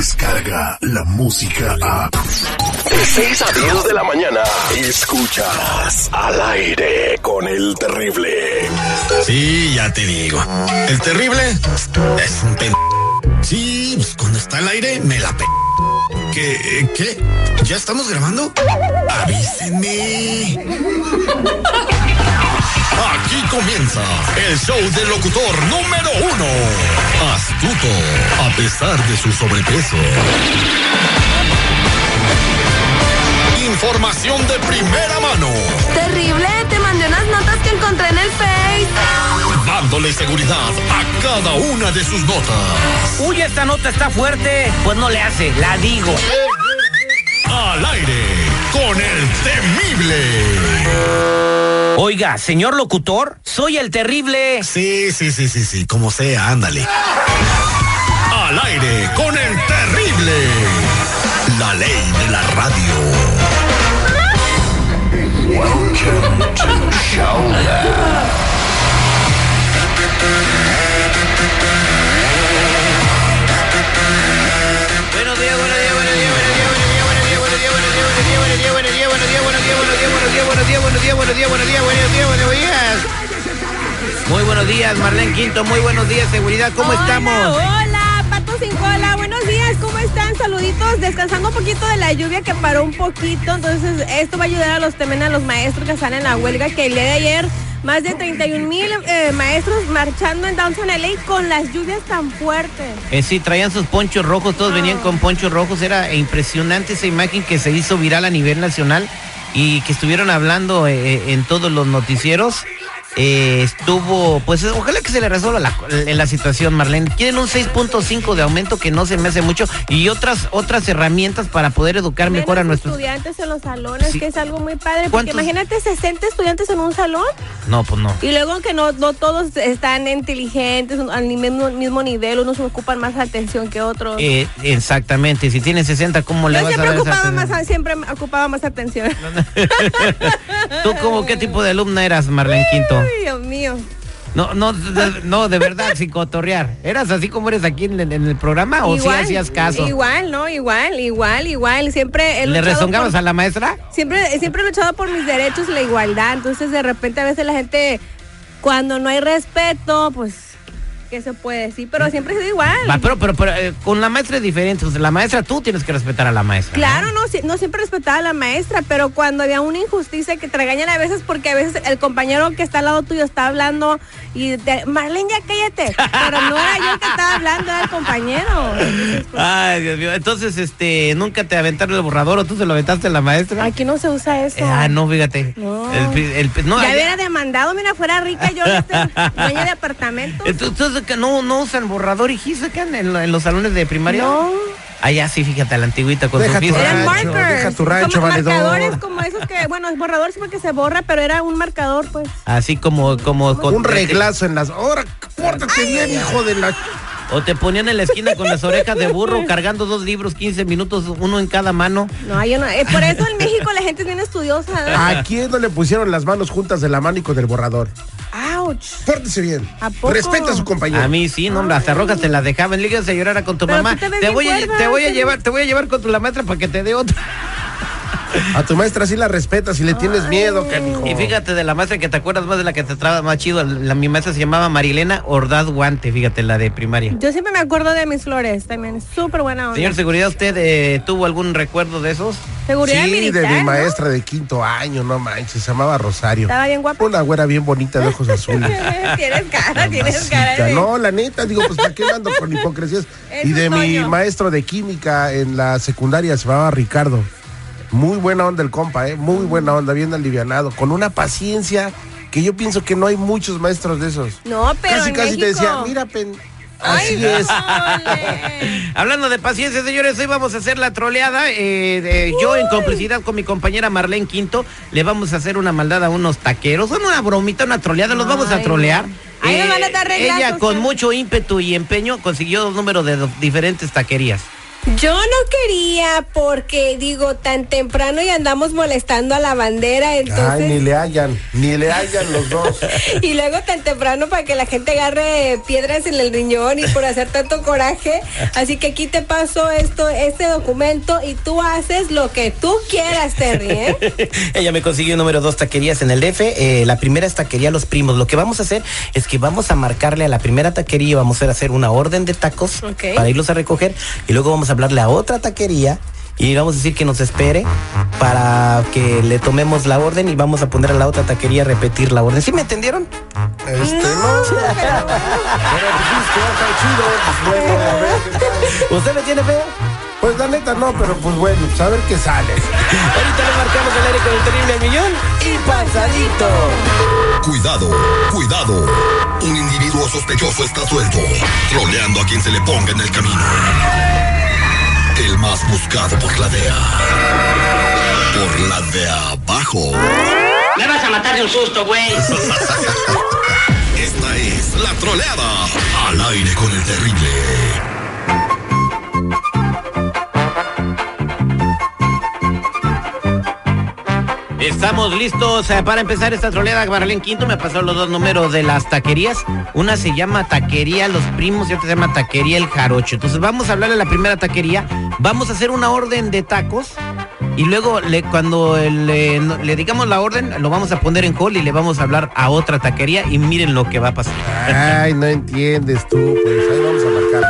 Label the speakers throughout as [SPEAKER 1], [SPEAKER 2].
[SPEAKER 1] Escucha la música a.
[SPEAKER 2] De 6 a 10 de la mañana. Escuchas al aire con el terrible.
[SPEAKER 3] Sí, ya te digo. El terrible es un p. Sí, pues cuando está al aire me la p. ¿Qué? ¿Qué? ¿Ya estamos grabando? Avísenme. Aquí comienza el show del locutor número uno. Astuto, a pesar de su sobrepeso. Información de primera mano.
[SPEAKER 4] Terrible, te mandé unas notas que encontré en el Face.
[SPEAKER 3] Dándole seguridad a cada una de sus notas.
[SPEAKER 5] Uy, esta nota está fuerte. Pues no le hace, la digo.
[SPEAKER 3] Al aire con el temible.
[SPEAKER 5] Oiga, señor locutor, soy el terrible.
[SPEAKER 3] Sí, sí, sí, sí, sí, como sea, ándale. Al aire con el terrible. La ley de la radio. Welcome to
[SPEAKER 5] Buenos días, buenos días, buenos días, buenos días, buenos días, buenos días, buenos días, buenos días, buenos días, buenos días, buenos días, buenos días, buenos días, buenos días, buenos días, buenos días. Muy buenos días, Marlene Quinto, muy buenos días, seguridad, ¿cómo
[SPEAKER 4] Hola,
[SPEAKER 5] estamos?
[SPEAKER 4] Hola, Pato Sin Cola, buenos días, ¿cómo están? Saluditos, descansando un poquito de la lluvia que paró un poquito, entonces esto va a ayudar a los temen a los maestros que están en la huelga que el día de ayer más de 31 mil eh, maestros marchando en Downtown LA con las lluvias tan fuertes.
[SPEAKER 5] Eh, sí, traían sus ponchos rojos, todos
[SPEAKER 4] Ah.
[SPEAKER 5] venían con ponchos rojos, era impresionante esa imagen que se hizo viral a nivel nacional y que estuvieron hablando eh, en todos los noticieros. Eh, estuvo, pues eh, ojalá que se le resuelva la, la situación, Marlene. Tienen un 6.5 de aumento que no se me hace mucho y otras otras herramientas para poder educar mejor a
[SPEAKER 4] Menos
[SPEAKER 5] nuestros...
[SPEAKER 4] estudiantes en los salones,
[SPEAKER 5] Sí.
[SPEAKER 4] que es algo muy padre, porque
[SPEAKER 5] ¿Cuántos?
[SPEAKER 4] imagínate 60 estudiantes en un salón.
[SPEAKER 5] No, pues no.
[SPEAKER 4] Y luego que no, no todos están inteligentes, al ni- mismo, mismo nivel, unos ocupan más atención que otros.
[SPEAKER 5] Eh, exactamente, si tiene 60, ¿cómo le
[SPEAKER 4] Yo
[SPEAKER 5] vas a
[SPEAKER 4] siempre
[SPEAKER 5] dar esa
[SPEAKER 4] ocupaba,
[SPEAKER 5] atención?
[SPEAKER 4] más, siempre ocupaba más atención.
[SPEAKER 5] ¿Tú como qué tipo de alumna eras, Marlene Quinto?
[SPEAKER 4] Ay, Dios mío.
[SPEAKER 5] No, no, de, no, de verdad, sin cotorrear. ¿Eras así como eres aquí en, el- en el programa Ah, o si hacías caso?
[SPEAKER 4] Igual, no, igual, igual, igual. Siempre he
[SPEAKER 5] ¿Le
[SPEAKER 4] luchado
[SPEAKER 5] rezongabas
[SPEAKER 4] por-
[SPEAKER 5] a la maestra?
[SPEAKER 4] Siempre, siempre he luchado por mis derechos y la igualdad. Entonces, de repente, a veces la gente, cuando no hay respeto, pues, ¿qué se puede decir? Pero siempre he sido igual.
[SPEAKER 5] Va, pero pero, pero, eh, con la maestra es diferente. o sea, la maestra tú tienes que respetar a la maestra. ¿no?
[SPEAKER 4] Claro, no, si- no siempre respetaba a la maestra, pero cuando había una injusticia que te regañan a veces porque a veces el compañero que está al lado tuyo está hablando y te, Marlene, ya cállate. Pero no era yo el que estaba hablando, era el compañero.
[SPEAKER 5] Ay, Dios mío. Entonces, este, nunca te aventaron el borrador o tú se lo aventaste a la maestra.
[SPEAKER 4] Aquí no se usa eso.
[SPEAKER 5] Eh, ah, no, fíjate.
[SPEAKER 4] No.
[SPEAKER 5] El pi- el pi- no,
[SPEAKER 4] ya
[SPEAKER 5] allá-
[SPEAKER 4] hubiera demandado, mira, fuera rica yo de este dueña de apartamento.
[SPEAKER 5] Entonces, entonces, que no, no usan borrador y gis acá en, lo- en los salones de primaria.
[SPEAKER 4] No.
[SPEAKER 5] Allá sí, fíjate, la antigüita con
[SPEAKER 6] Deja
[SPEAKER 5] su
[SPEAKER 6] tu
[SPEAKER 5] pizza.
[SPEAKER 4] Eran
[SPEAKER 6] rancho,
[SPEAKER 4] markers.
[SPEAKER 6] deja tu rancho,
[SPEAKER 4] como
[SPEAKER 6] valedor.
[SPEAKER 4] marcadores como esos que, bueno, es borrador sí porque se borra, pero era un marcador, pues.
[SPEAKER 5] Así como, como con-
[SPEAKER 6] Un reglazo en las. ¡Ahora, pórtate bien, hijo de la.
[SPEAKER 5] O te ponían en la esquina con las orejas de burro cargando dos libros, 15 minutos, uno en cada mano.
[SPEAKER 4] No, yo no. eh, por eso en México la gente es bien estudiosa.
[SPEAKER 6] ¿A quién no le pusieron las manos juntas de la mano y con el borrador? Ah.
[SPEAKER 4] Ouch.
[SPEAKER 6] Pórtese bien.
[SPEAKER 4] ¿A poco?
[SPEAKER 6] Respeta a su compañero.
[SPEAKER 5] A mí sí, no, hombre, hasta rojas te las dejaban. Líganse a llorar con tu
[SPEAKER 4] Pero
[SPEAKER 5] mamá.
[SPEAKER 4] tú te ves bien eh.
[SPEAKER 5] voy, a,
[SPEAKER 4] cuerda,
[SPEAKER 5] te voy a
[SPEAKER 4] te ves-
[SPEAKER 5] llevar, te voy a llevar con tu la maestra para que te dé otra.
[SPEAKER 6] A tu maestra sí la respetas y le tienes miedo, canijo.
[SPEAKER 5] Y fíjate de la maestra que te acuerdas más de la que te traba más chido. La, mi maestra se llamaba Marilena Ordaz Guante, fíjate, la de primaria.
[SPEAKER 4] Yo siempre me acuerdo de mis flores también. Súper buena onda.
[SPEAKER 5] Señor Seguridad, ¿usted eh, tuvo algún recuerdo de esos?
[SPEAKER 4] Seguridad
[SPEAKER 6] sí,
[SPEAKER 4] militar.
[SPEAKER 6] de mi
[SPEAKER 4] ¿no?
[SPEAKER 6] maestra de quinto año, no manches, se llamaba Rosario.
[SPEAKER 4] Estaba bien guapa.
[SPEAKER 6] Una güera bien bonita de ojos azules.
[SPEAKER 4] tienes cara, tienes cara.
[SPEAKER 6] Mamacita,
[SPEAKER 4] de-
[SPEAKER 6] No, la neta, digo, pues ¿para qué ando con hipocresías?
[SPEAKER 4] Eso
[SPEAKER 6] Y de
[SPEAKER 4] es
[SPEAKER 6] mi
[SPEAKER 4] Toño.
[SPEAKER 6] maestro de química en la secundaria se llamaba Ricardo. Muy buena onda el compa, ¿eh? Muy
[SPEAKER 4] Mm.
[SPEAKER 6] buena onda, bien alivianado, con una paciencia que yo pienso que no hay muchos maestros de esos.
[SPEAKER 4] No, pero
[SPEAKER 6] casi,
[SPEAKER 4] en
[SPEAKER 6] casi te
[SPEAKER 4] México.
[SPEAKER 6] decía, mira, pen...
[SPEAKER 4] Ay,
[SPEAKER 6] Así es.
[SPEAKER 4] ole.
[SPEAKER 5] Hablando de paciencia, señores, hoy vamos a hacer la troleada. eh, de- yo, en complicidad con mi compañera Marlene Quinto, le vamos a hacer una maldad a unos taqueros. Son una bromita, una troleada, los vamos a
[SPEAKER 4] Ay,
[SPEAKER 5] trolear. Eh,
[SPEAKER 4] no. Ahí nos van a dar reglazos,
[SPEAKER 5] ella, con
[SPEAKER 4] ¿sí?
[SPEAKER 5] mucho ímpetu y empeño, consiguió dos números de do- diferentes taquerías.
[SPEAKER 4] Yo no quería porque digo tan temprano y andamos molestando a la bandera,
[SPEAKER 6] Ay, ni
[SPEAKER 4] entonces
[SPEAKER 6] le hayan, ni le hayan los dos.
[SPEAKER 4] y luego tan temprano para que la gente agarre piedras en el riñón y por hacer tanto coraje. Así que aquí te paso esto, este documento y tú haces lo que tú quieras, Terry. ¿eh?
[SPEAKER 5] Ella me consiguió número dos taquerías en el DF. eh, la primera es taquería Los Primos. Lo que vamos a hacer es que vamos a marcarle a la primera taquería y vamos a hacer una orden de tacos
[SPEAKER 4] Ok.
[SPEAKER 5] para irlos a recoger. Y luego vamos a hablarle a otra taquería y vamos a decir que nos espere para que le tomemos la orden y vamos a poner a la otra taquería a repetir la orden. ¿Sí me entendieron?
[SPEAKER 6] Este, no. Pero pues, sí, es que va a estar chido, pues, bueno, a ver qué tal.
[SPEAKER 5] ¿Usted me tiene feo?
[SPEAKER 6] Pues la neta no, pero pues bueno, pues, a ver qué sale.
[SPEAKER 5] Ahorita le marcamos el aire con el terrible al millón y pasadito.
[SPEAKER 1] Cuidado, cuidado. Un individuo sospechoso está suelto, troleando a quien se le ponga en el camino. El más buscado por la DEA. Por la de abajo.
[SPEAKER 7] Me vas a matar de un susto, güey.
[SPEAKER 1] Esta es la troleada. Al aire con el terrible.
[SPEAKER 5] Estamos listos eh, para empezar esta troleada. Marlene Quinto me pasó los dos números de las taquerías. Una se llama Taquería Los Primos y otra se llama Taquería El Jarocho. Entonces vamos a hablarle a la primera taquería. Vamos a hacer una orden de tacos. Y luego le- cuando eh, le, no- le digamos la orden, lo vamos a poner en call y le vamos a hablar a otra taquería. Y miren lo que va a pasar.
[SPEAKER 6] Ay, no entiendes tú, pues ahí vamos a marcarlo.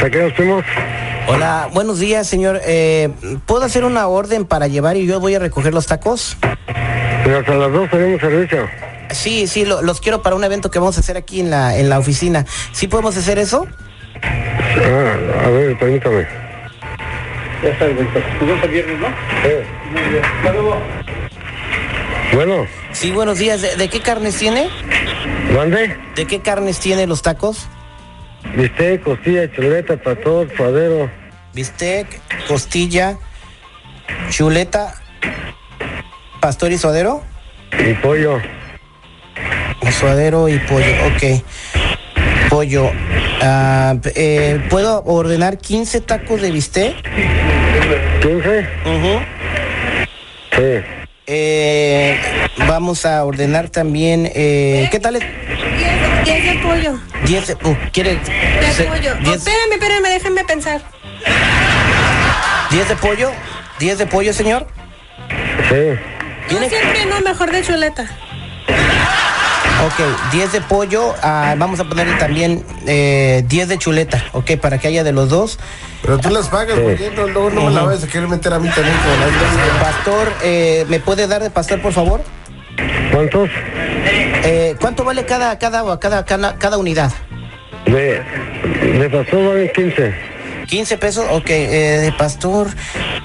[SPEAKER 8] Taqueros Primos,
[SPEAKER 5] Hola, buenos días, señor. Eh, ¿Puedo hacer una orden para llevar y yo voy a recoger los tacos?
[SPEAKER 8] pero hasta las dos tenemos servicio.
[SPEAKER 5] Sí, sí, lo- los quiero para un evento que vamos a hacer aquí en la, en la oficina. ¿Sí podemos hacer eso?
[SPEAKER 8] Ah, a ver, permítame. Ya está, Víctor. Tú vas el viernes, ¿no? Sí. Bueno,
[SPEAKER 5] Sí, buenos días. ¿De, de qué carnes tiene?
[SPEAKER 8] ¿mande?
[SPEAKER 5] ¿De qué carnes tiene los tacos?
[SPEAKER 8] Bistec, costilla, chuleta, patón, suadero.
[SPEAKER 5] Bistec, costilla, chuleta, pastor y suadero.
[SPEAKER 8] y pollo.
[SPEAKER 5] Suadero y pollo, ok. Pollo. Ah, p- eh, ¿Puedo ordenar 15 tacos de bistec?
[SPEAKER 8] ¿Quince? Sí.
[SPEAKER 5] Eh, vamos a ordenar también... eh, ¿Qué tal? es?
[SPEAKER 4] Y es de pollo.
[SPEAKER 5] 10... Uh, ¿Quiere...
[SPEAKER 4] De
[SPEAKER 5] se-
[SPEAKER 4] pollo. Oh,
[SPEAKER 5] 10
[SPEAKER 4] espérame, espérame, déjame pensar.
[SPEAKER 5] 10 de pollo? ¿10 de pollo, señor?
[SPEAKER 8] Sí.
[SPEAKER 4] No
[SPEAKER 5] ¿Tiene-
[SPEAKER 4] siempre no, mejor de chuleta.
[SPEAKER 5] Ok, 10 de pollo, ah, vamos a ponerle también eh, 10 de chuleta, ok, para que haya de los dos.
[SPEAKER 6] Pero tú las pagas, porque no, luego no me la vayas a querer meter a mí también como las
[SPEAKER 5] El
[SPEAKER 6] dos.
[SPEAKER 5] pastor, eh, ¿me puede dar de pastor, por favor?
[SPEAKER 8] ¿Cuántos?
[SPEAKER 5] Eh, ¿Cuánto vale cada, cada, cada, cada, cada unidad?
[SPEAKER 8] De, de pastor valen quince.
[SPEAKER 5] 15 pesos, ok, eh, de pastor,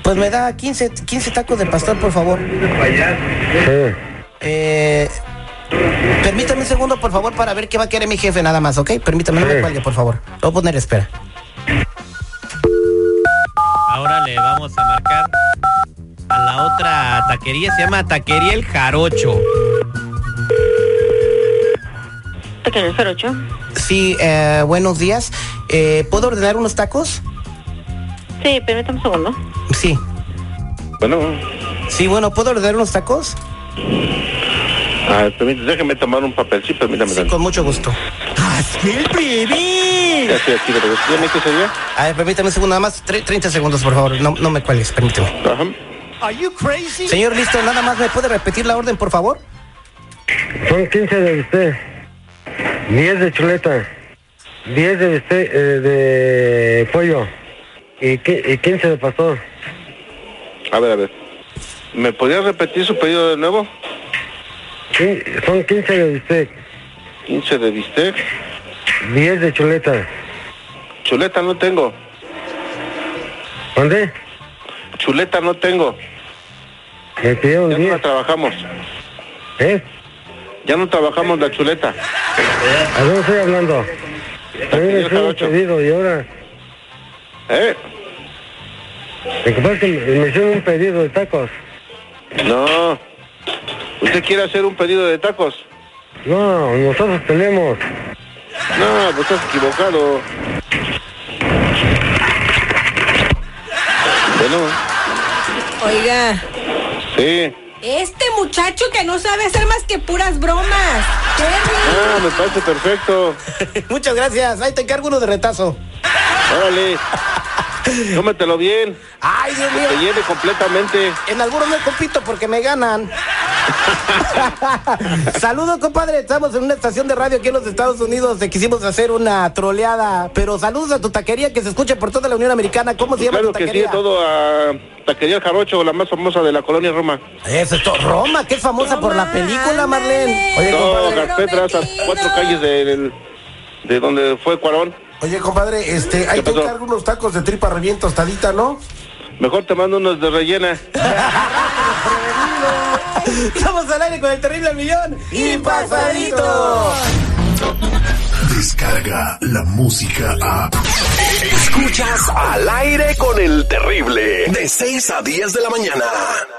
[SPEAKER 5] pues me da 15, 15 tacos de pastor, por favor.
[SPEAKER 8] Sí.
[SPEAKER 5] Eh, permítame un segundo, por favor, para ver qué va a querer mi jefe, nada más, ok, permítame, no me
[SPEAKER 8] Sí.
[SPEAKER 5] cuelgue, por favor. Lo voy a poner a espera. Ahora le vamos a marcar a la otra taquería, se llama Taquería El Jarocho.
[SPEAKER 9] Taquería 08.
[SPEAKER 5] Sí, eh, buenos días. Eh, ¿Puedo ordenar unos tacos?
[SPEAKER 9] Sí, permítame un segundo.
[SPEAKER 5] Sí.
[SPEAKER 10] Bueno,
[SPEAKER 5] Sí, bueno, ¿puedo ordenar unos tacos?
[SPEAKER 10] ah, permí- déjeme tomar un papel, sí, permítame.
[SPEAKER 5] Sí, con mucho gusto.
[SPEAKER 10] Ya estoy aquí de regreso. ¿Ya me qué sería?
[SPEAKER 5] A ver, permítame un segundo, nada más tre- 30 segundos, por favor. No, no me cuelgues, permíteme.
[SPEAKER 10] Ajá.
[SPEAKER 5] Señor, listo, nada más, ¿me puede repetir la orden, por favor?
[SPEAKER 8] Son 15 de bistec, 10 de chuleta, 10 de bistec, eh, de pollo y, qui- y 15 de pastor.
[SPEAKER 10] A ver, a ver. ¿Me podría repetir su pedido de nuevo?
[SPEAKER 8] Quin- son 15 de bistec,
[SPEAKER 10] 15 de bistec.
[SPEAKER 8] 10 de chuleta.
[SPEAKER 10] Chuleta no tengo.
[SPEAKER 8] ¿Dónde?
[SPEAKER 10] Chuleta no tengo.
[SPEAKER 8] Me pidieron
[SPEAKER 10] Ya no la
[SPEAKER 8] 10.
[SPEAKER 10] trabajamos.
[SPEAKER 8] ¿Eh?
[SPEAKER 10] Ya no trabajamos la chuleta.
[SPEAKER 8] ¿A dónde estoy hablando? También
[SPEAKER 10] Taquería
[SPEAKER 8] les un
[SPEAKER 10] Jarocho.
[SPEAKER 8] pedido y ahora
[SPEAKER 10] ¿Eh? Lo que pasa es que me me hicieron un pedido de tacos.
[SPEAKER 8] No. ¿Usted quiere hacer un pedido de tacos?
[SPEAKER 10] No, nosotros tenemos.
[SPEAKER 8] No, pues estás equivocado. Bueno,
[SPEAKER 4] Oiga,
[SPEAKER 8] sí.
[SPEAKER 4] este muchacho que no sabe hacer más que puras bromas. Terry.
[SPEAKER 8] Ah, me parece perfecto.
[SPEAKER 5] Muchas gracias. Ahí te encargo uno de retazo.
[SPEAKER 8] Órale. Cómetelo bien.
[SPEAKER 5] Ay, Dios
[SPEAKER 8] Que te llene completamente.
[SPEAKER 5] En algunos me compito porque me ganan. Saludos, compadre. Estamos en una estación de radio aquí en los Estados Unidos. Te quisimos hacer una troleada. Pero saludos a tu taquería que se escucha por toda la Unión Americana. ¿Cómo se llama
[SPEAKER 8] Claro
[SPEAKER 5] tu
[SPEAKER 8] que sí,
[SPEAKER 5] taquería?
[SPEAKER 8] todo a Taquería El Jarocho, la más famosa de la colonia Roma.
[SPEAKER 5] Eso es todo. Roma, que es famosa por la película, Marlene.
[SPEAKER 4] Oye,
[SPEAKER 8] No,
[SPEAKER 4] compadre.
[SPEAKER 8] Gaspetras, a cuatro calles de, del- de donde fue Cuarón.
[SPEAKER 6] Oye, compadre, este, ahí
[SPEAKER 8] ¿Qué
[SPEAKER 6] te
[SPEAKER 8] pasó?
[SPEAKER 6] encargo unos tacos de tripa revienta tostadita, ¿no?
[SPEAKER 8] Mejor te mando unos de rellena.
[SPEAKER 5] Estamos al aire con el terrible al millón.
[SPEAKER 4] Y pasadito.
[SPEAKER 2] Descarga la música a.
[SPEAKER 3] Escuchas al aire con el terrible de 6 a 10 de la mañana.